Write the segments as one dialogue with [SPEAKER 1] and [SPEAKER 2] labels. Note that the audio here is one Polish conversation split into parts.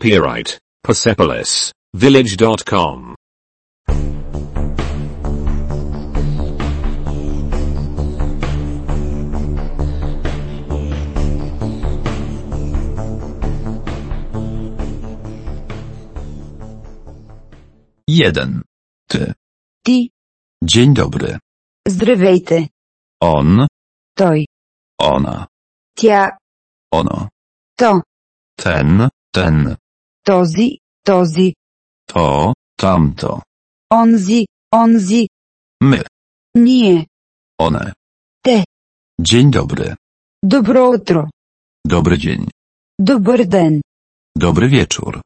[SPEAKER 1] Copyright Persepolis Village.com.
[SPEAKER 2] Jeden. Ty.
[SPEAKER 3] Ти,
[SPEAKER 2] Dzień dobry.
[SPEAKER 3] здравейте,
[SPEAKER 2] On,
[SPEAKER 3] той,
[SPEAKER 2] ona,
[SPEAKER 3] тя,
[SPEAKER 2] ono.
[SPEAKER 3] то,
[SPEAKER 2] Ten, ten,
[SPEAKER 3] този, този,
[SPEAKER 2] to, tamto.
[SPEAKER 3] онзи, онзи,
[SPEAKER 2] My,
[SPEAKER 3] ние,
[SPEAKER 2] one.
[SPEAKER 3] те,
[SPEAKER 2] Dzień dobry.
[SPEAKER 3] добро утро,
[SPEAKER 2] Dobry dzień.
[SPEAKER 3] добър ден,
[SPEAKER 2] Dobry wieczór.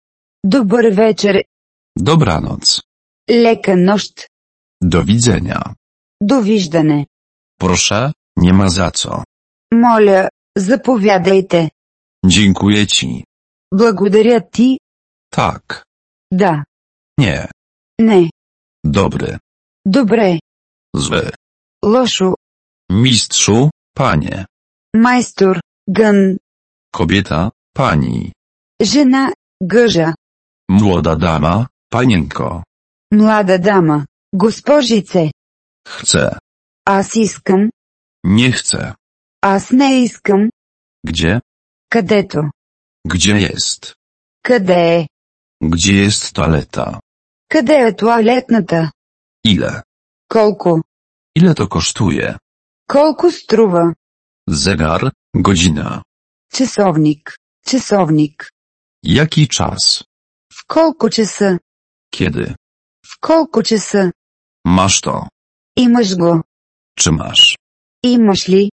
[SPEAKER 3] добър вечер,
[SPEAKER 2] Dobranoc.
[SPEAKER 3] лека нощ,
[SPEAKER 2] Do widzenia.
[SPEAKER 3] довиждане,
[SPEAKER 2] Proszę, nie ma za co.
[SPEAKER 3] моля, заповядайте,
[SPEAKER 2] Dziękuję ci.
[SPEAKER 3] благодаря ти,
[SPEAKER 2] Tak.
[SPEAKER 3] да,
[SPEAKER 2] Nie.
[SPEAKER 3] не,
[SPEAKER 2] Dobry.
[SPEAKER 3] добре,
[SPEAKER 2] Zły.
[SPEAKER 3] лошо,
[SPEAKER 2] Mistrzu, panie.
[SPEAKER 3] майстор, гън,
[SPEAKER 2] Kobieta, pani.
[SPEAKER 3] жена, гъжа,
[SPEAKER 2] Młoda dama, panienko.
[SPEAKER 3] млада дама, госпожице,
[SPEAKER 2] Chcę.
[SPEAKER 3] аз искам,
[SPEAKER 2] Nie chcę.
[SPEAKER 3] аз не искам,
[SPEAKER 2] Gdzie?
[SPEAKER 3] където.
[SPEAKER 2] Gdzie jest?
[SPEAKER 3] Къде е?
[SPEAKER 2] Gdzie jest toaleta?
[SPEAKER 3] Къде е туалетната?
[SPEAKER 2] Ile?
[SPEAKER 3] Колко?
[SPEAKER 2] Ile to kosztuje?
[SPEAKER 3] Колко струва?
[SPEAKER 2] Zegar, godzina.
[SPEAKER 3] Часовник. Часовник.
[SPEAKER 2] Jaki czas?
[SPEAKER 3] В колко часа?
[SPEAKER 2] Kiedy?
[SPEAKER 3] В колко часа?
[SPEAKER 2] Masz to.
[SPEAKER 3] Имаш го.
[SPEAKER 2] Czy masz?
[SPEAKER 3] Имаш ли?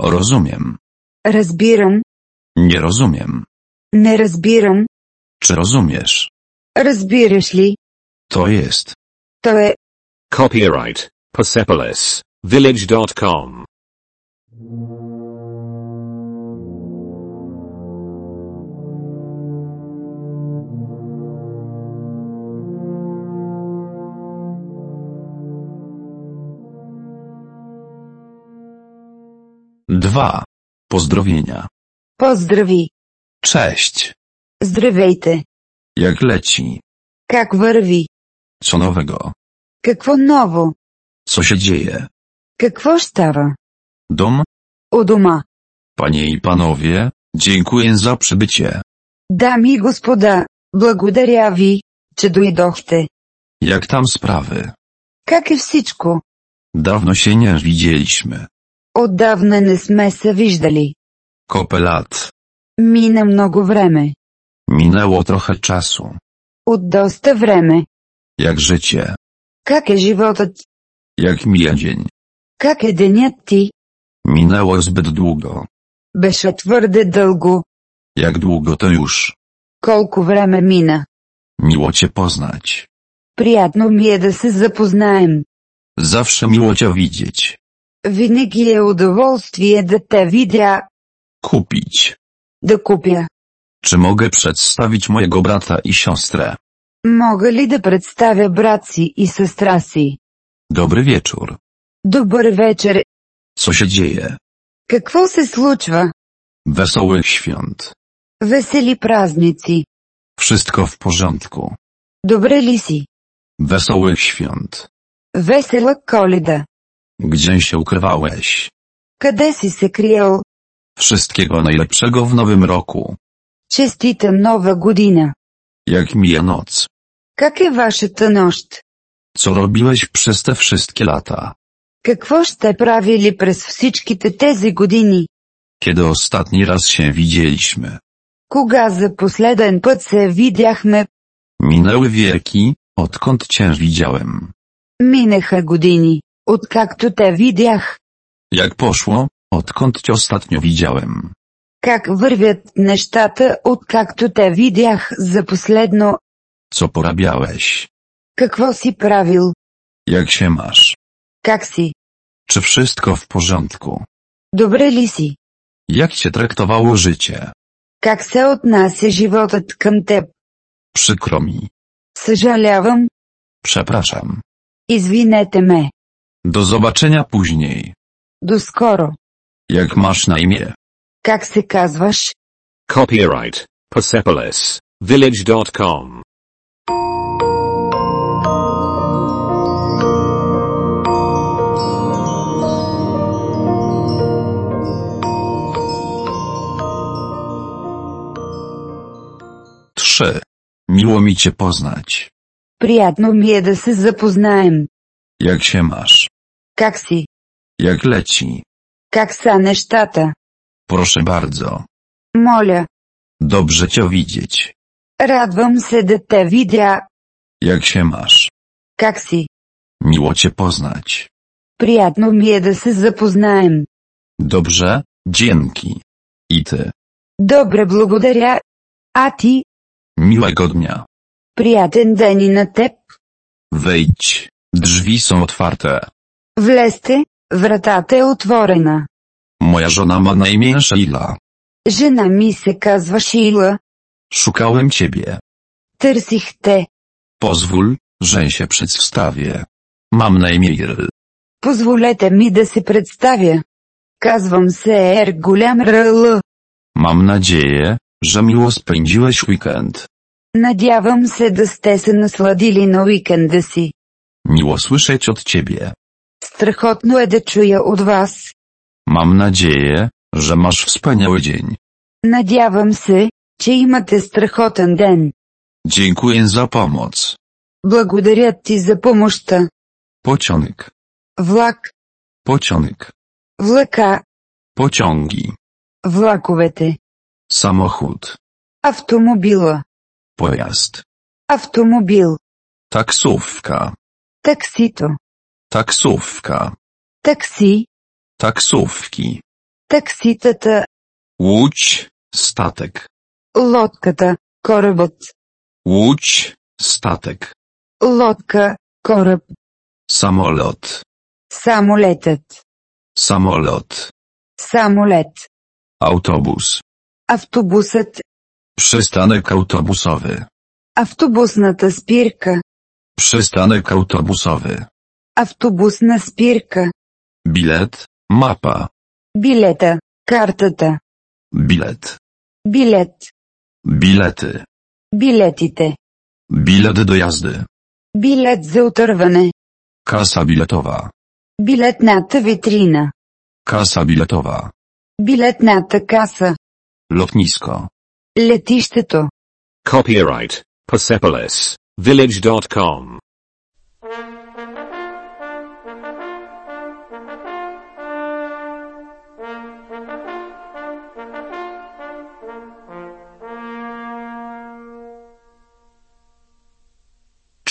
[SPEAKER 2] Rozumiem.
[SPEAKER 3] Разбирам.
[SPEAKER 2] Nie rozumiem.
[SPEAKER 3] Не разбирам.
[SPEAKER 2] Czy rozumiesz?
[SPEAKER 3] Разбираш ли?
[SPEAKER 2] To jest.
[SPEAKER 3] То е.
[SPEAKER 1] Copyright Persepolis Village.com.
[SPEAKER 2] Dwa. Pozdrowienia.
[SPEAKER 3] Поздрави.
[SPEAKER 2] Cześć.
[SPEAKER 3] Здравейте.
[SPEAKER 2] Jak leci?
[SPEAKER 3] Как върви?
[SPEAKER 2] Co nowego?
[SPEAKER 3] Какво ново?
[SPEAKER 2] Co się dzieje?
[SPEAKER 3] Какво става?
[SPEAKER 2] Dom?
[SPEAKER 3] У дома.
[SPEAKER 2] Panie i panowie, dziękuję za przybycie.
[SPEAKER 3] Дами и господа, благодаря ви, че дойдохте.
[SPEAKER 2] Jak tam sprawy?
[SPEAKER 3] Как е всичко?
[SPEAKER 2] Dawno się nie widzieliśmy.
[SPEAKER 3] Отдавна не сме се виждали.
[SPEAKER 2] Kopę lat.
[SPEAKER 3] Мина много време.
[SPEAKER 2] Minęło trochę czasu.
[SPEAKER 3] От доста време.
[SPEAKER 2] Jak życie?
[SPEAKER 3] Как е животът?
[SPEAKER 2] Jak mija dzień?
[SPEAKER 3] Как е денят ти?
[SPEAKER 2] Minęło zbyt długo.
[SPEAKER 3] Беше твърде dълго.
[SPEAKER 2] Jak długo to już?
[SPEAKER 3] Колко време мина?
[SPEAKER 2] Miło cię poznać.
[SPEAKER 3] Приятно ми е да се запознаем.
[SPEAKER 2] Zawsze miło cię widzieć.
[SPEAKER 3] Винаги е удоволствие да те видя,
[SPEAKER 2] Kupić.
[SPEAKER 3] да купя.
[SPEAKER 2] Czy mogę przedstawić mojego brata i siostrę?
[SPEAKER 3] Мога ли да представя брат си и сестра си?
[SPEAKER 2] Dobry wieczór.
[SPEAKER 3] Добър вечер.
[SPEAKER 2] Co się dzieje?
[SPEAKER 3] Какво се случва?
[SPEAKER 2] Wesołych świąt.
[SPEAKER 3] Весели празници.
[SPEAKER 2] Wszystko w porządku.
[SPEAKER 3] Добре ли си?
[SPEAKER 2] Wesołych świąt.
[SPEAKER 3] Весела коледа.
[SPEAKER 2] Gdzie się ukrywałeś?
[SPEAKER 3] Къде си се криел?
[SPEAKER 2] Wszystkiego najlepszego w nowym roku.
[SPEAKER 3] Честита нова година!
[SPEAKER 2] Jak mija noc?
[SPEAKER 3] Как е вашата нощ?
[SPEAKER 2] Co robiłeś przez te wszystkie lata?
[SPEAKER 3] Какво сте правили през всичките тези години?
[SPEAKER 2] Kiedy ostatni raz się widzieliśmy?
[SPEAKER 3] Кога за последен път се видяхме,
[SPEAKER 2] Minęły wieki, odkąd cię widziałem.
[SPEAKER 3] минаха години, откакто те видях.
[SPEAKER 2] Jak poszło, odkąd cię ostatnio widziałem?
[SPEAKER 3] Как вървят нещата, откакто те видях за последно?
[SPEAKER 2] Co porabiałeś?
[SPEAKER 3] Какво си правил?
[SPEAKER 2] Jak się masz?
[SPEAKER 3] Как си?
[SPEAKER 2] Czy wszystko w porządku?
[SPEAKER 3] Добре ли си?
[SPEAKER 2] Jak cię traktowało życie?
[SPEAKER 3] Как се отнася животът към теб?
[SPEAKER 2] Przykro mi.
[SPEAKER 3] Съжалявам,
[SPEAKER 2] Przepraszam.
[SPEAKER 3] извинете ме.
[SPEAKER 2] Do zobaczenia później.
[SPEAKER 3] До скоро.
[SPEAKER 2] Jak masz na imię?
[SPEAKER 3] Как се казваш?
[SPEAKER 1] Copyright Persepolis Village.com.
[SPEAKER 2] Trzy. Miło mi cię poznać.
[SPEAKER 3] Приятно ми е да се запознаем.
[SPEAKER 2] Jak się masz?
[SPEAKER 3] Как си?
[SPEAKER 2] Jak leci?
[SPEAKER 3] Как са нещата?
[SPEAKER 2] Proszę bardzo.
[SPEAKER 3] Моля.
[SPEAKER 2] Dobrze cię widzieć.
[SPEAKER 3] Радвам се да те видя.
[SPEAKER 2] Jak się masz?
[SPEAKER 3] Как си?
[SPEAKER 2] Miło cię poznać.
[SPEAKER 3] Приятно ми е да се запознаем.
[SPEAKER 2] Dobrze, dzięki. I ty.
[SPEAKER 3] Добре, благодаря. А ти?
[SPEAKER 2] Miłego dnia.
[SPEAKER 3] Приятен ден и на теб.
[SPEAKER 2] Wejdź. Drzwi są otwarte.
[SPEAKER 3] Влезте, вратата е отворена.
[SPEAKER 2] Moja żona ma na imię Sheila.
[SPEAKER 3] Жена ми се казва Шила.
[SPEAKER 2] Szukałem ciebie.
[SPEAKER 3] Търсих те.
[SPEAKER 2] Pozwól, że się przedstawię. Mam na imię Irl.
[SPEAKER 3] Позволете ми да се представя. Казвам се Ер Голям РЛ.
[SPEAKER 2] Mam nadzieję, że miło spędziłeś weekend.
[SPEAKER 3] Надявам се да сте се насладили на уикенда си.
[SPEAKER 2] Miło słyszeć od ciebie.
[SPEAKER 3] Страхотно е да чуя от вас.
[SPEAKER 2] Mam nadzieję, że masz wspaniały dzień.
[SPEAKER 3] Надявам се, че имате страхотен ден.
[SPEAKER 2] Dziękuję za pomoc.
[SPEAKER 3] Благодаря ти за помощта.
[SPEAKER 2] Pociąg,
[SPEAKER 3] Влак,
[SPEAKER 2] pociąg,
[SPEAKER 3] влака,
[SPEAKER 2] pociągi,
[SPEAKER 3] влаковете,
[SPEAKER 2] samochód,
[SPEAKER 3] автомобила,
[SPEAKER 2] pojazd,
[SPEAKER 3] автомобил,
[SPEAKER 2] taksówka,
[SPEAKER 3] таксито,
[SPEAKER 2] taksówka,
[SPEAKER 3] такси,
[SPEAKER 2] taksówki,
[SPEAKER 3] такситата,
[SPEAKER 2] łódź, statek,
[SPEAKER 3] лодката, корабът,
[SPEAKER 2] łódź, statek,
[SPEAKER 3] лодка, кораб,
[SPEAKER 2] samolot,
[SPEAKER 3] самолетът,
[SPEAKER 2] samolot,
[SPEAKER 3] самолет,
[SPEAKER 2] autobus,
[SPEAKER 3] автобусът,
[SPEAKER 2] przystanek autobusowy,
[SPEAKER 3] автобусната спирка,
[SPEAKER 2] przystanek autobusowy,
[SPEAKER 3] автобусна спирка,
[SPEAKER 2] bilet, mapa,
[SPEAKER 3] билета, картата,
[SPEAKER 2] bilet,
[SPEAKER 3] билет,
[SPEAKER 2] bilety,
[SPEAKER 3] билетите,
[SPEAKER 2] bilet do jazdy,
[SPEAKER 3] билет за отърване,
[SPEAKER 2] kasa biletowa.
[SPEAKER 3] билетната витрина,
[SPEAKER 2] Kasa biletowa.
[SPEAKER 3] билетната каса,
[SPEAKER 2] Lotnisko.
[SPEAKER 3] летището.
[SPEAKER 1] Copyright Persepolis Village.com.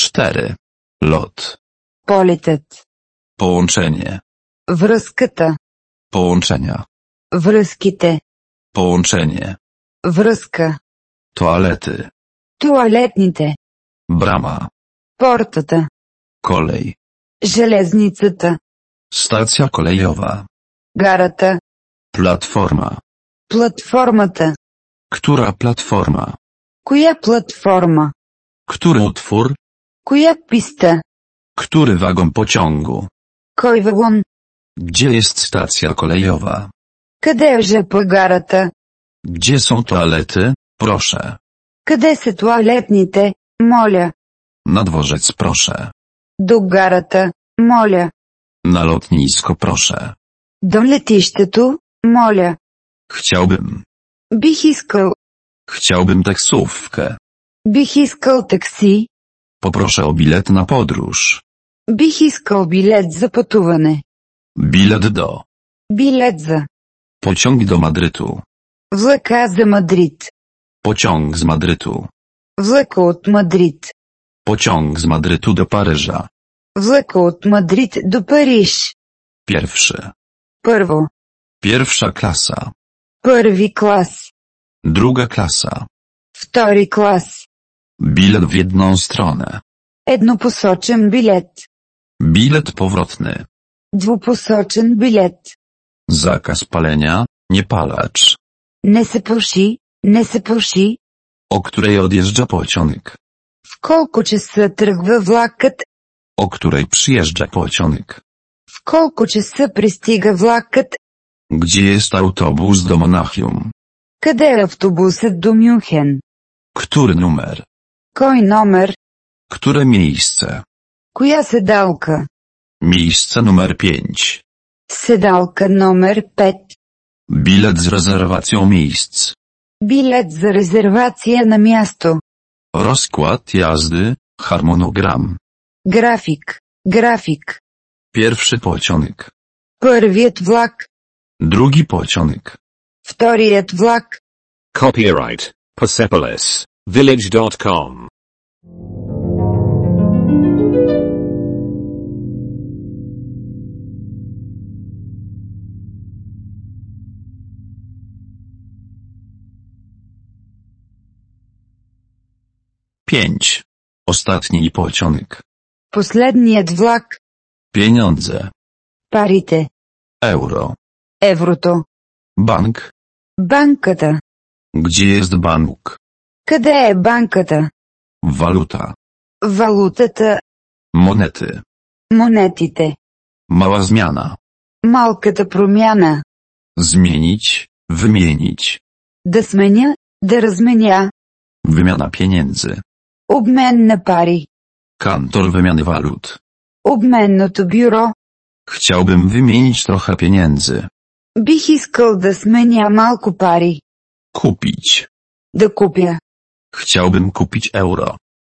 [SPEAKER 2] cztery Lot.
[SPEAKER 3] полетът,
[SPEAKER 2] Połączenie.
[SPEAKER 3] връзката,
[SPEAKER 2] Połączenia.
[SPEAKER 3] връзките,
[SPEAKER 2] Połączenie.
[SPEAKER 3] връзка,
[SPEAKER 2] Toalety.
[SPEAKER 3] туалетните,
[SPEAKER 2] Brama.
[SPEAKER 3] портата,
[SPEAKER 2] Kolej.
[SPEAKER 3] железницата,
[SPEAKER 2] Stacja kolejowa.
[SPEAKER 3] гарата,
[SPEAKER 2] Platforma.
[SPEAKER 3] платформата.
[SPEAKER 2] Która platforma?
[SPEAKER 3] Коя платформа?
[SPEAKER 2] Który utwór?
[SPEAKER 3] Коя писта?
[SPEAKER 2] Który wagon pociągu?
[SPEAKER 3] Кой вагон?
[SPEAKER 2] Gdzie jest stacja kolejowa?
[SPEAKER 3] Къде е ЖП гарата?
[SPEAKER 2] Gdzie są toalety? Proszę.
[SPEAKER 3] Къде са туалетните? Моля.
[SPEAKER 2] Na dworzec proszę.
[SPEAKER 3] До гарата? Моля.
[SPEAKER 2] Na lotnisko proszę.
[SPEAKER 3] До летището? Моля.
[SPEAKER 2] Chciałbym.
[SPEAKER 3] Бих искал.
[SPEAKER 2] Chciałbym taksówkę.
[SPEAKER 3] Бих искал такси.
[SPEAKER 2] Poproszę o bilet na podróż.
[SPEAKER 3] Бих искал билет за пътуване.
[SPEAKER 2] Bilet do.
[SPEAKER 3] Билет за.
[SPEAKER 2] Pociąg do Madrytu.
[SPEAKER 3] Влака за Мадрид.
[SPEAKER 2] Pociąg z Madrytu.
[SPEAKER 3] Влака от Мадрид.
[SPEAKER 2] Pociąg z Madrytu do Paryża.
[SPEAKER 3] Влака от Мадрид до Париж.
[SPEAKER 2] Pierwszy.
[SPEAKER 3] Първо.
[SPEAKER 2] Pierwsza klasa.
[SPEAKER 3] Първи клас.
[SPEAKER 2] Druga klasa.
[SPEAKER 3] Втори клас.
[SPEAKER 2] Bilet w jedną stronę.
[SPEAKER 3] Еднопосочен билет.
[SPEAKER 2] Bilet powrotny.
[SPEAKER 3] Двупосочен билет.
[SPEAKER 2] Zakaz palenia, niepalacz.
[SPEAKER 3] Не се пуши, не се пуши.
[SPEAKER 2] O której odjeżdża pociąg?
[SPEAKER 3] В колко часа тръгва влакът?
[SPEAKER 2] O której przyjeżdża pociąg?
[SPEAKER 3] В колко часа пристига влакът?
[SPEAKER 2] Gdzie jest autobus do Monachium?
[SPEAKER 3] Къде е автобусът до Мюнхен?
[SPEAKER 2] Który numer?
[SPEAKER 3] Кой номер?
[SPEAKER 2] Które miejsce?
[SPEAKER 3] Коя седалка?
[SPEAKER 2] Miejsce numer 5.
[SPEAKER 3] Седалка номер 5.
[SPEAKER 2] Bilet z rezerwacją miejsc.
[SPEAKER 3] Билет за резервация на място.
[SPEAKER 2] Rozkład jazdy, harmonogram.
[SPEAKER 3] График. График.
[SPEAKER 2] Pierwszy pociąg.
[SPEAKER 3] Първият влак.
[SPEAKER 2] Drugi pociąg.
[SPEAKER 3] Вторият влак.
[SPEAKER 1] Copyright Persepolis Village.com.
[SPEAKER 2] pięć. Ostatni pociąg.
[SPEAKER 3] Последният влак.
[SPEAKER 2] Pieniądze.
[SPEAKER 3] Парите.
[SPEAKER 2] Euro.
[SPEAKER 3] Еврото.
[SPEAKER 2] Bank.
[SPEAKER 3] Банката.
[SPEAKER 2] Gdzie jest bank?
[SPEAKER 3] Къде е банката?
[SPEAKER 2] Waluta.
[SPEAKER 3] Валутата.
[SPEAKER 2] Monety.
[SPEAKER 3] Монетите.
[SPEAKER 2] Mała zmiana.
[SPEAKER 3] Малката промяна.
[SPEAKER 2] Zmienić. Wymienić.
[SPEAKER 3] Да сменя. Да разменя.
[SPEAKER 2] Wymiana pieniędzy.
[SPEAKER 3] Обмен на пари.
[SPEAKER 2] Kantor wymiany walut.
[SPEAKER 3] Обменното бюро.
[SPEAKER 2] Chciałbym wymienić trochę pieniędzy.
[SPEAKER 3] Бих искал да сменя малко пари.
[SPEAKER 2] Kupić.
[SPEAKER 3] Да купя.
[SPEAKER 2] Chciałbym kupić euro.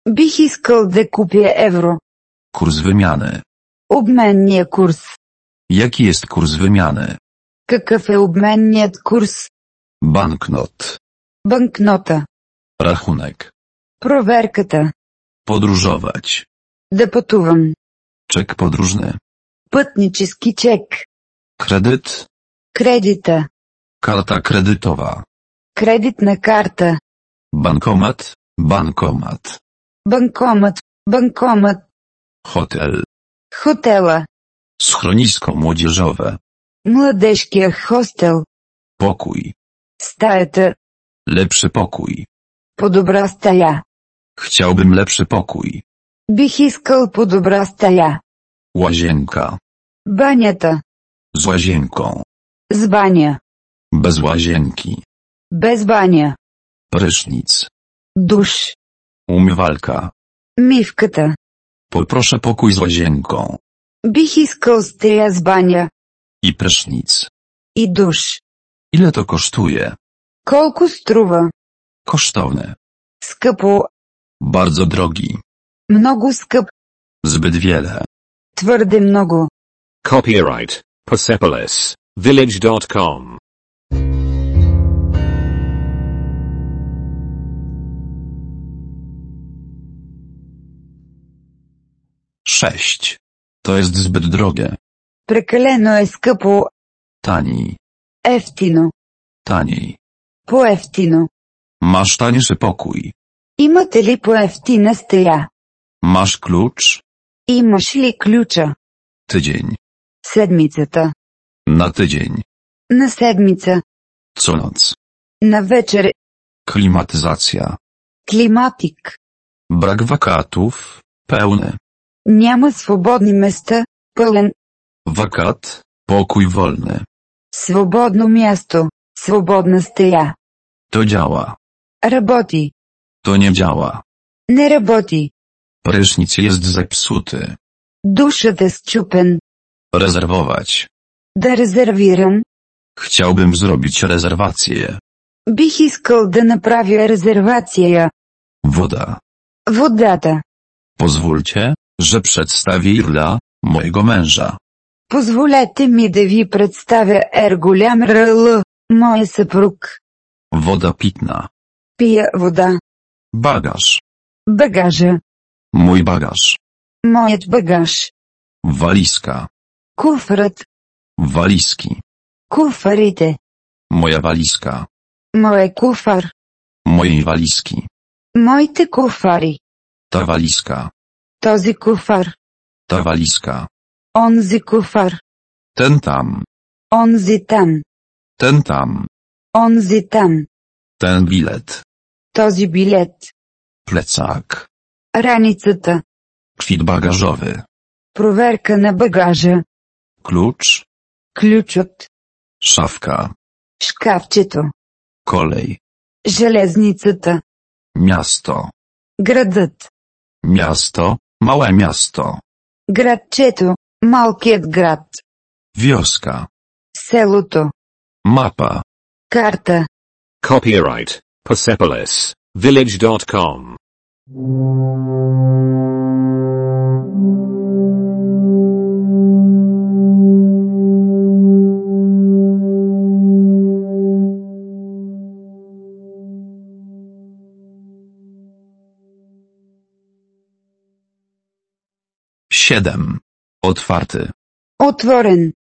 [SPEAKER 3] Бих искал да купя евро.
[SPEAKER 2] Kurs wymiany.
[SPEAKER 3] Обменния курс.
[SPEAKER 2] Jaki jest kurs wymiany?
[SPEAKER 3] Какъв е обменният курс?
[SPEAKER 2] Banknot.
[SPEAKER 3] Банкнота.
[SPEAKER 2] Rachunek.
[SPEAKER 3] Проверката.
[SPEAKER 2] Podróżować.
[SPEAKER 3] Да пътувам.
[SPEAKER 2] Czek podróżny.
[SPEAKER 3] Пътнически чек.
[SPEAKER 2] Kredyt.
[SPEAKER 3] Кредита.
[SPEAKER 2] Karta kredytowa.
[SPEAKER 3] Кредитна карта.
[SPEAKER 2] Bankomat. Bankomat.
[SPEAKER 3] Банкомат. Банкомат.
[SPEAKER 2] Hotel.
[SPEAKER 3] Хотела.
[SPEAKER 2] Schronisko młodzieżowe.
[SPEAKER 3] Младежкия хостел.
[SPEAKER 2] Pokój.
[SPEAKER 3] Стаята.
[SPEAKER 2] Lepszy pokój.
[SPEAKER 3] По-добра стая.
[SPEAKER 2] Chciałbym lepszy pokój.
[SPEAKER 3] Бих искал по-добра стая.
[SPEAKER 2] Łazienka.
[SPEAKER 3] Банята.
[SPEAKER 2] Z łazienką.
[SPEAKER 3] С баня.
[SPEAKER 2] Bez łazienki.
[SPEAKER 3] Без баня.
[SPEAKER 2] Prysznic.
[SPEAKER 3] Душ.
[SPEAKER 2] Umywalka.
[SPEAKER 3] Мивката.
[SPEAKER 2] Poproszę pokój z łazienką.
[SPEAKER 3] Бих искал стея с баня.
[SPEAKER 2] I prysznic.
[SPEAKER 3] И душ.
[SPEAKER 2] Ile to kosztuje?
[SPEAKER 3] Колко струва?
[SPEAKER 2] Kosztowne.
[SPEAKER 3] Скъпо.
[SPEAKER 2] Bardzo drogi.
[SPEAKER 3] Много скъп.
[SPEAKER 2] Zbyt wiele.
[SPEAKER 3] Твърде много.
[SPEAKER 1] Copyright Persepolis Village.com.
[SPEAKER 2] Sześć. To jest zbyt drogie.
[SPEAKER 3] Прекалено е скъпо.
[SPEAKER 2] Tani.
[SPEAKER 3] Ефтино.
[SPEAKER 2] Taniej.
[SPEAKER 3] По-ефтино.
[SPEAKER 2] Masz tańszy pokój.
[SPEAKER 3] Имате ли по-ефтина стея?
[SPEAKER 2] Masz klucz?
[SPEAKER 3] Имаш ли ключа?
[SPEAKER 2] Tydzień.
[SPEAKER 3] Седмицата.
[SPEAKER 2] Na tydzień.
[SPEAKER 3] На седмица.
[SPEAKER 2] Co noc.
[SPEAKER 3] На вечер.
[SPEAKER 2] Klimatyzacja.
[SPEAKER 3] Климатик.
[SPEAKER 2] Brak wakatów. Pełny.
[SPEAKER 3] Няма свободни места. Пълен.
[SPEAKER 2] Wakat. Pokój wolny.
[SPEAKER 3] Свободно място. Свободна стея.
[SPEAKER 2] To działa.
[SPEAKER 3] Работи.
[SPEAKER 2] To nie działa.
[SPEAKER 3] Не работи.
[SPEAKER 2] Prysznic jest zepsuty.
[SPEAKER 3] Душът е счупен.
[SPEAKER 2] Rezerwować.
[SPEAKER 3] Да резервирам.
[SPEAKER 2] Chciałbym zrobić rezerwację.
[SPEAKER 3] Бих искал да направя резервация.
[SPEAKER 2] Woda.
[SPEAKER 3] Водата.
[SPEAKER 2] Pozwólcie, że przedstawię Irla, mojego męża.
[SPEAKER 3] Позволете ми да ви представя Ерголям Ръл, моя съпруг.
[SPEAKER 2] Woda pitna.
[SPEAKER 3] Пия вода.
[SPEAKER 2] Bagaż.
[SPEAKER 3] Багажа.
[SPEAKER 2] Mój bagaż.
[SPEAKER 3] Моят багаж.
[SPEAKER 2] Walizka.
[SPEAKER 3] Куфърът.
[SPEAKER 2] Walizki.
[SPEAKER 3] Куфарите.
[SPEAKER 2] Moja walizka.
[SPEAKER 3] Мое куфар.
[SPEAKER 2] Mojej walizki.
[SPEAKER 3] Моите куфари.
[SPEAKER 2] Ta walizka.
[SPEAKER 3] Този куфар.
[SPEAKER 2] Ta walizka.
[SPEAKER 3] Онзи куфар.
[SPEAKER 2] Ten tam.
[SPEAKER 3] Онзи там.
[SPEAKER 2] Ten tam.
[SPEAKER 3] Онзи там.
[SPEAKER 2] Ten bilet.
[SPEAKER 3] Този билет.
[SPEAKER 2] Plecak.
[SPEAKER 3] Раницата.
[SPEAKER 2] Kwit bagażowy.
[SPEAKER 3] Проверка на багажа.
[SPEAKER 2] Klucz.
[SPEAKER 3] Ключът.
[SPEAKER 2] Szafka.
[SPEAKER 3] Шкафчето.
[SPEAKER 2] Kolej.
[SPEAKER 3] Железницата.
[SPEAKER 2] Miasto.
[SPEAKER 3] Градът.
[SPEAKER 2] Miasto, małe miasto.
[SPEAKER 3] Градчето. Малкият град.
[SPEAKER 2] Wioska.
[SPEAKER 3] Селото.
[SPEAKER 2] Mapa.
[SPEAKER 3] Карта.
[SPEAKER 1] Copyright Persepolis Village.com.
[SPEAKER 2] siedem Otwarty.
[SPEAKER 3] Отворен.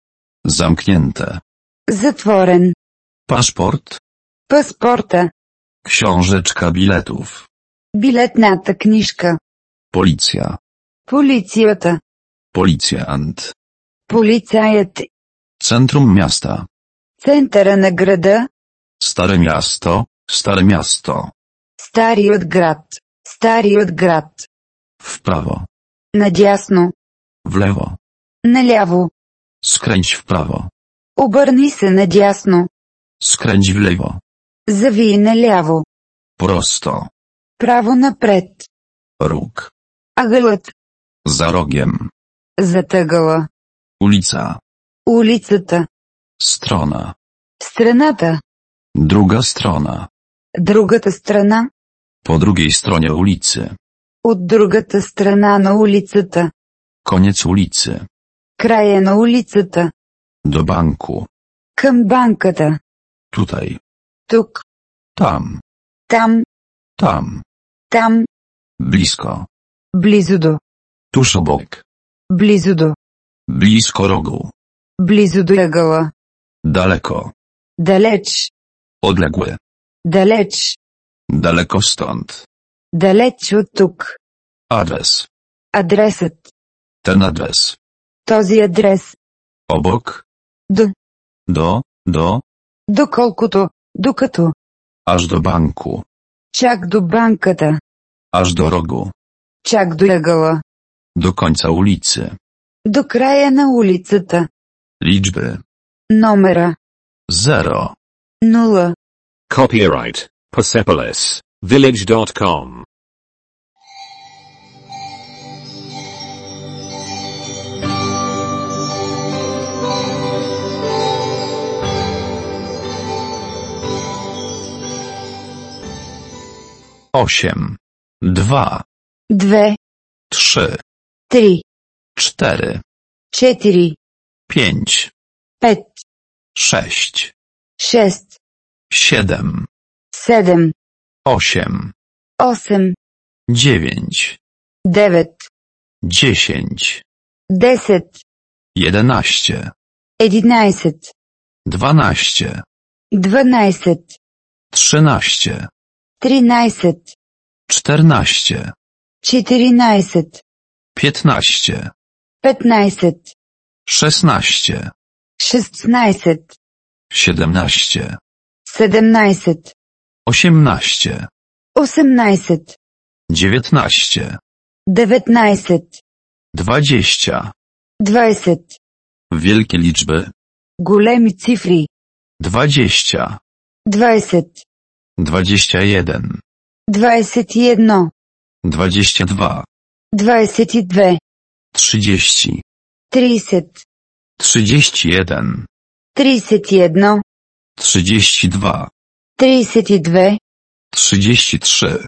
[SPEAKER 2] Zamknięte.
[SPEAKER 3] Затворен.
[SPEAKER 2] Paszport.
[SPEAKER 3] Паспорта.
[SPEAKER 2] Książeczka biletów.
[SPEAKER 3] Билетната книжка.
[SPEAKER 2] Policja.
[SPEAKER 3] Полицията.
[SPEAKER 2] Policjant.
[SPEAKER 3] Полицаят.
[SPEAKER 2] Centrum miasta.
[SPEAKER 3] Центъра на града.
[SPEAKER 2] Stare miasto, stare miasto.
[SPEAKER 3] Старият град. Старият град.
[SPEAKER 2] W prawo.
[SPEAKER 3] Надясно.
[SPEAKER 2] W lewo.
[SPEAKER 3] Наляво.
[SPEAKER 2] Skręć w prawo.
[SPEAKER 3] Обърни се надясно.
[SPEAKER 2] Skręć w lewo.
[SPEAKER 3] Завий наляво.
[SPEAKER 2] Prosto.
[SPEAKER 3] Право напред.
[SPEAKER 2] Róg.
[SPEAKER 3] Агълът.
[SPEAKER 2] Za rogiem.
[SPEAKER 3] Затъгъла.
[SPEAKER 2] Ulica.
[SPEAKER 3] Улицата.
[SPEAKER 2] Strona.
[SPEAKER 3] Страната.
[SPEAKER 2] Druga strona.
[SPEAKER 3] Другата страна.
[SPEAKER 2] Po drugiej stronie ulicy.
[SPEAKER 3] От другата страна на улицата.
[SPEAKER 2] Koniec ulicy.
[SPEAKER 3] Края на улицата.
[SPEAKER 2] Do banku.
[SPEAKER 3] Към банката.
[SPEAKER 2] Tutaj.
[SPEAKER 3] Тук.
[SPEAKER 2] Tam.
[SPEAKER 3] Там.
[SPEAKER 2] Tam.
[SPEAKER 3] Там.
[SPEAKER 2] Blisko.
[SPEAKER 3] Близо до.
[SPEAKER 2] Tuż obok.
[SPEAKER 3] Близо до.
[SPEAKER 2] Blisko rogu.
[SPEAKER 3] Близо до ъгъла.
[SPEAKER 2] Daleko.
[SPEAKER 3] Далеч.
[SPEAKER 2] Odległy.
[SPEAKER 3] Далеч.
[SPEAKER 2] Daleko stąd.
[SPEAKER 3] Далеч от тук.
[SPEAKER 2] Adres.
[SPEAKER 3] Адресът.
[SPEAKER 2] Ten adres.
[SPEAKER 3] Този адрес.
[SPEAKER 2] Obok.
[SPEAKER 3] До.
[SPEAKER 2] Do. Do.
[SPEAKER 3] Доколкото. Докато.
[SPEAKER 2] Aż do banku.
[SPEAKER 3] Чак до банката.
[SPEAKER 2] Aż do rogu.
[SPEAKER 3] Чак до ъгъла.
[SPEAKER 2] Do końca ulicy.
[SPEAKER 3] До края на улицата.
[SPEAKER 2] Liczby.
[SPEAKER 3] Номера.
[SPEAKER 2] 0.
[SPEAKER 3] Нула.
[SPEAKER 1] Copyright Persepolis Village.com.
[SPEAKER 2] osiem, dwa,
[SPEAKER 3] Две.
[SPEAKER 2] trzy,
[SPEAKER 3] Три.
[SPEAKER 2] cztery,
[SPEAKER 3] Четири.
[SPEAKER 2] pięć,
[SPEAKER 3] Пет.
[SPEAKER 2] sześć,
[SPEAKER 3] Шест.
[SPEAKER 2] siedem,
[SPEAKER 3] Седем.
[SPEAKER 2] osiem,
[SPEAKER 3] Осем.
[SPEAKER 2] dziewięć,
[SPEAKER 3] Девет.
[SPEAKER 2] dziesięć,
[SPEAKER 3] Десет.
[SPEAKER 2] jedenaście,
[SPEAKER 3] Единайсет.
[SPEAKER 2] dwanaście,
[SPEAKER 3] Дванайсет.
[SPEAKER 2] trzynaście,
[SPEAKER 3] Тринайсет.
[SPEAKER 2] czternaście,
[SPEAKER 3] Четиринайсет.
[SPEAKER 2] piętnaście,
[SPEAKER 3] Петнайсет.
[SPEAKER 2] szesnaście,
[SPEAKER 3] Шестнайсет.
[SPEAKER 2] siedemnaście,
[SPEAKER 3] Седемнайсет.
[SPEAKER 2] osiemnaście,
[SPEAKER 3] Осемнайсет.
[SPEAKER 2] dziewiętnaście,
[SPEAKER 3] Деветнайсет.
[SPEAKER 2] dwadzieścia.
[SPEAKER 3] Двайсет.
[SPEAKER 2] Wielkie liczby.
[SPEAKER 3] Големи цифри.
[SPEAKER 2] Dwadzieścia.
[SPEAKER 3] Двайсет.
[SPEAKER 2] Dwadzieścia jeden.
[SPEAKER 3] Двайсет и едно.
[SPEAKER 2] Dwadzieścia dwa.
[SPEAKER 3] Двайсет и две.
[SPEAKER 2] Trzydzieści.
[SPEAKER 3] Трийсет.
[SPEAKER 2] Trzydzieści jeden.
[SPEAKER 3] 31,
[SPEAKER 2] Trzydzieści dwa.
[SPEAKER 3] 32,
[SPEAKER 2] Trzydzieści trzy.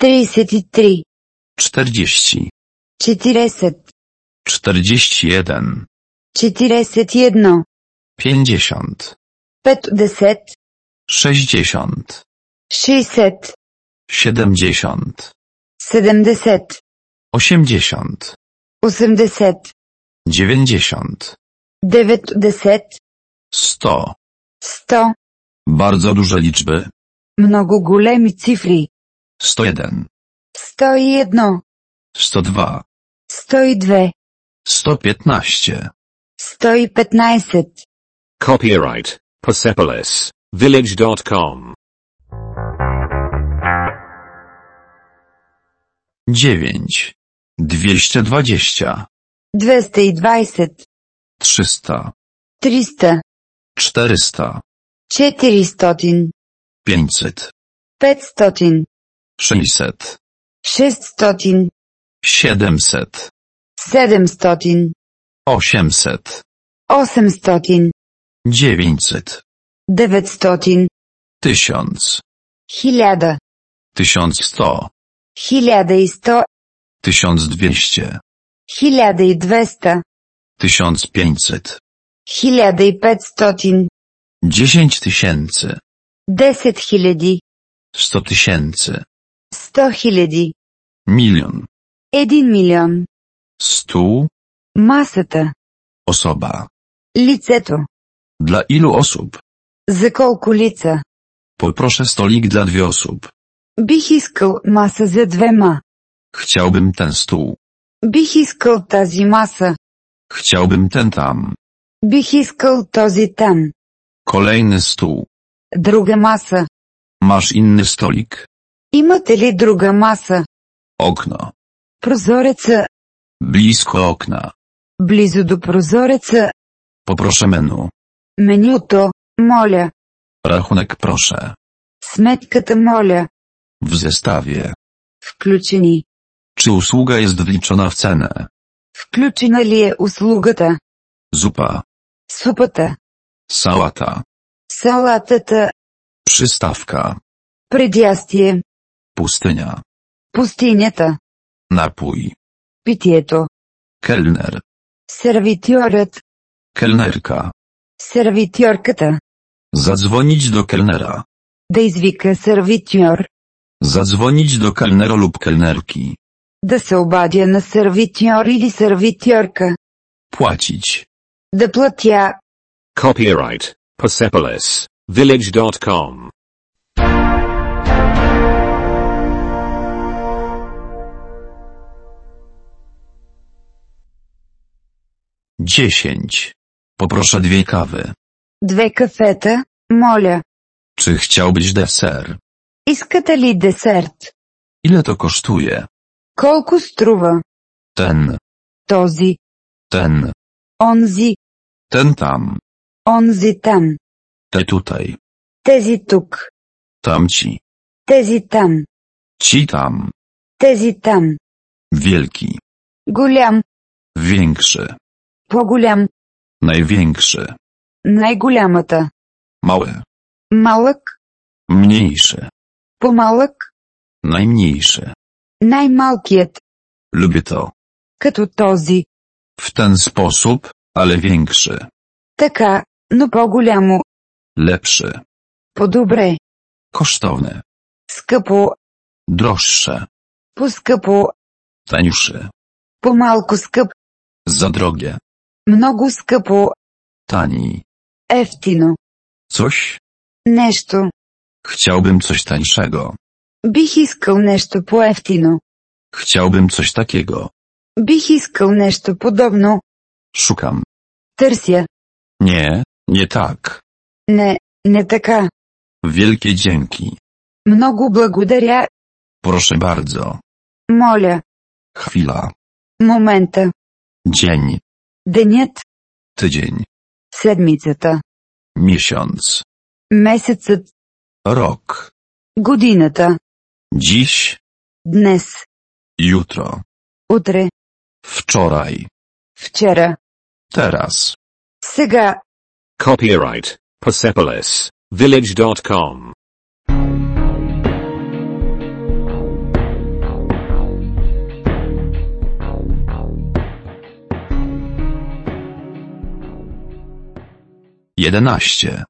[SPEAKER 3] 33,
[SPEAKER 2] Czterdzieści.
[SPEAKER 3] 40,
[SPEAKER 2] Czterdzieści jeden.
[SPEAKER 3] 41,
[SPEAKER 2] Pięćdziesiąt.
[SPEAKER 3] 50,
[SPEAKER 2] Sześćdziesiąt.
[SPEAKER 3] 60,
[SPEAKER 2] Siedemdziesiąt.
[SPEAKER 3] 70,
[SPEAKER 2] Osiemdziesiąt.
[SPEAKER 3] 80,
[SPEAKER 2] Dziewięćdziesiąt.
[SPEAKER 3] 90,
[SPEAKER 2] Sto.
[SPEAKER 3] 100.
[SPEAKER 2] Bardzo duże liczby.
[SPEAKER 3] Много големи цифри.
[SPEAKER 2] Sto jeden.
[SPEAKER 3] 101,
[SPEAKER 2] Sto dwa.
[SPEAKER 3] 102,
[SPEAKER 2] Sto piętnaście.
[SPEAKER 3] 115.
[SPEAKER 1] Copyright Persepolis Village.com.
[SPEAKER 2] Dziewięć. Dwieście dwadzieścia.
[SPEAKER 3] 220,
[SPEAKER 2] Trzysta.
[SPEAKER 3] 300,
[SPEAKER 2] Czterysta.
[SPEAKER 3] 400,
[SPEAKER 2] Pięćset.
[SPEAKER 3] 500,
[SPEAKER 2] 600,
[SPEAKER 3] 600,
[SPEAKER 2] 700,
[SPEAKER 3] 700,
[SPEAKER 2] 800,
[SPEAKER 3] 800,
[SPEAKER 2] 900,
[SPEAKER 3] 900,
[SPEAKER 2] 1000,
[SPEAKER 3] 1000,
[SPEAKER 2] 1100,
[SPEAKER 3] 1100,
[SPEAKER 2] 1200,
[SPEAKER 3] 1200,
[SPEAKER 2] 1500,
[SPEAKER 3] 1500,
[SPEAKER 2] 10 tysięcy,
[SPEAKER 3] 10 000,
[SPEAKER 2] 100 tysięcy,
[SPEAKER 3] 100 000,
[SPEAKER 2] milion,
[SPEAKER 3] 1 милион.
[SPEAKER 2] stu,
[SPEAKER 3] Масата,
[SPEAKER 2] osoba.
[SPEAKER 3] лицето,
[SPEAKER 2] Dla ilu osób?
[SPEAKER 3] за колко лица.
[SPEAKER 2] Poproszę stolik dla dwie osób.
[SPEAKER 3] Бих искал маса за двема.
[SPEAKER 2] Chciałbym ten stół.
[SPEAKER 3] Бих искал тази маса.
[SPEAKER 2] Chciałbym ten tam.
[SPEAKER 3] Бих искал този там.
[SPEAKER 2] Kolejny stół.
[SPEAKER 3] Друга маса.
[SPEAKER 2] Masz inny stolik.
[SPEAKER 3] Имате ли друга маса?
[SPEAKER 2] Okno.
[SPEAKER 3] Прозореца,
[SPEAKER 2] Blisko okna.
[SPEAKER 3] близо до прозореца,
[SPEAKER 2] Poproszę menu.
[SPEAKER 3] менюто, моля,
[SPEAKER 2] Rachunek proszę.
[SPEAKER 3] сметката моля,
[SPEAKER 2] W zestawie.
[SPEAKER 3] включени.
[SPEAKER 2] Czy usługa jest wliczona w cenę?
[SPEAKER 3] Включена ли е услугата?
[SPEAKER 2] Zupa.
[SPEAKER 3] Супата,
[SPEAKER 2] Sałata.
[SPEAKER 3] салатата,
[SPEAKER 2] Przystawka.
[SPEAKER 3] предястие,
[SPEAKER 2] Pustynia.
[SPEAKER 3] пустинята,
[SPEAKER 2] Napój.
[SPEAKER 3] питието,
[SPEAKER 2] Kelner.
[SPEAKER 3] сервитьорът,
[SPEAKER 2] Kelnerka.
[SPEAKER 3] сервитьорката,
[SPEAKER 2] Zadzwonić do kelnera.
[SPEAKER 3] да извика сервитьор,
[SPEAKER 2] Zadzwonić do kelnera lub kelnerki.
[SPEAKER 3] да се обадя на сервитьор или сервитьорка,
[SPEAKER 2] Płacić.
[SPEAKER 3] да платя,
[SPEAKER 1] Copyright Persepolis Village.com.
[SPEAKER 2] Dziesięć. Poproszę dwie kawy.
[SPEAKER 3] две кафета, моля,
[SPEAKER 2] Czy chciałbyś deser?
[SPEAKER 3] искате ли десерт?
[SPEAKER 2] Ile to kosztuje?
[SPEAKER 3] Колко струва?
[SPEAKER 2] Ten,
[SPEAKER 3] Този,
[SPEAKER 2] ten,
[SPEAKER 3] онзи,
[SPEAKER 2] ten tam,
[SPEAKER 3] онзи там,
[SPEAKER 2] te tutaj,
[SPEAKER 3] тези тук,
[SPEAKER 2] tamci,
[SPEAKER 3] тези там,
[SPEAKER 2] ci tam,
[SPEAKER 3] тези там,
[SPEAKER 2] wielki,
[SPEAKER 3] голям,
[SPEAKER 2] większy,
[SPEAKER 3] по-голям,
[SPEAKER 2] największy,
[SPEAKER 3] най-голямата,
[SPEAKER 2] mały,
[SPEAKER 3] малък,
[SPEAKER 2] mniejszy,
[SPEAKER 3] по-малък,
[SPEAKER 2] najmniejszy.
[SPEAKER 3] най-малкият,
[SPEAKER 2] Lubię to.
[SPEAKER 3] като този,
[SPEAKER 2] W ten sposób, ale większy,
[SPEAKER 3] така, но по-голямо,
[SPEAKER 2] lepszy,
[SPEAKER 3] по-добре,
[SPEAKER 2] kosztowny,
[SPEAKER 3] скъпо,
[SPEAKER 2] droższy,
[SPEAKER 3] по-скъпо,
[SPEAKER 2] tańszy,
[SPEAKER 3] по-малко скъп,
[SPEAKER 2] za drogie,
[SPEAKER 3] много скъпо,
[SPEAKER 2] tani.
[SPEAKER 3] ефтино,
[SPEAKER 2] Coś?
[SPEAKER 3] нещо,
[SPEAKER 2] Chciałbym coś tańszego.
[SPEAKER 3] бих искал нещо по-ефтино,
[SPEAKER 2] Chciałbym coś takiego.
[SPEAKER 3] бих искал нещо подобно,
[SPEAKER 2] Szukam.
[SPEAKER 3] търся,
[SPEAKER 2] Nie, nie tak.
[SPEAKER 3] не, не така,
[SPEAKER 2] Wielkie dzięki.
[SPEAKER 3] много благодаря,
[SPEAKER 2] Proszę bardzo.
[SPEAKER 3] моля,
[SPEAKER 2] Chwila.
[SPEAKER 3] момента,
[SPEAKER 2] Dzień.
[SPEAKER 3] денят,
[SPEAKER 2] Tydzień.
[SPEAKER 3] седмицата,
[SPEAKER 2] Miesiąc.
[SPEAKER 3] месецът,
[SPEAKER 2] Rok.
[SPEAKER 3] годината,
[SPEAKER 2] Dziś.
[SPEAKER 3] днес,
[SPEAKER 2] Jutro.
[SPEAKER 3] утре,
[SPEAKER 2] Wczoraj.
[SPEAKER 3] вчера,
[SPEAKER 2] Teraz.
[SPEAKER 3] сега,
[SPEAKER 1] Copyright Persepolis Village.com.
[SPEAKER 2] Jedenaście.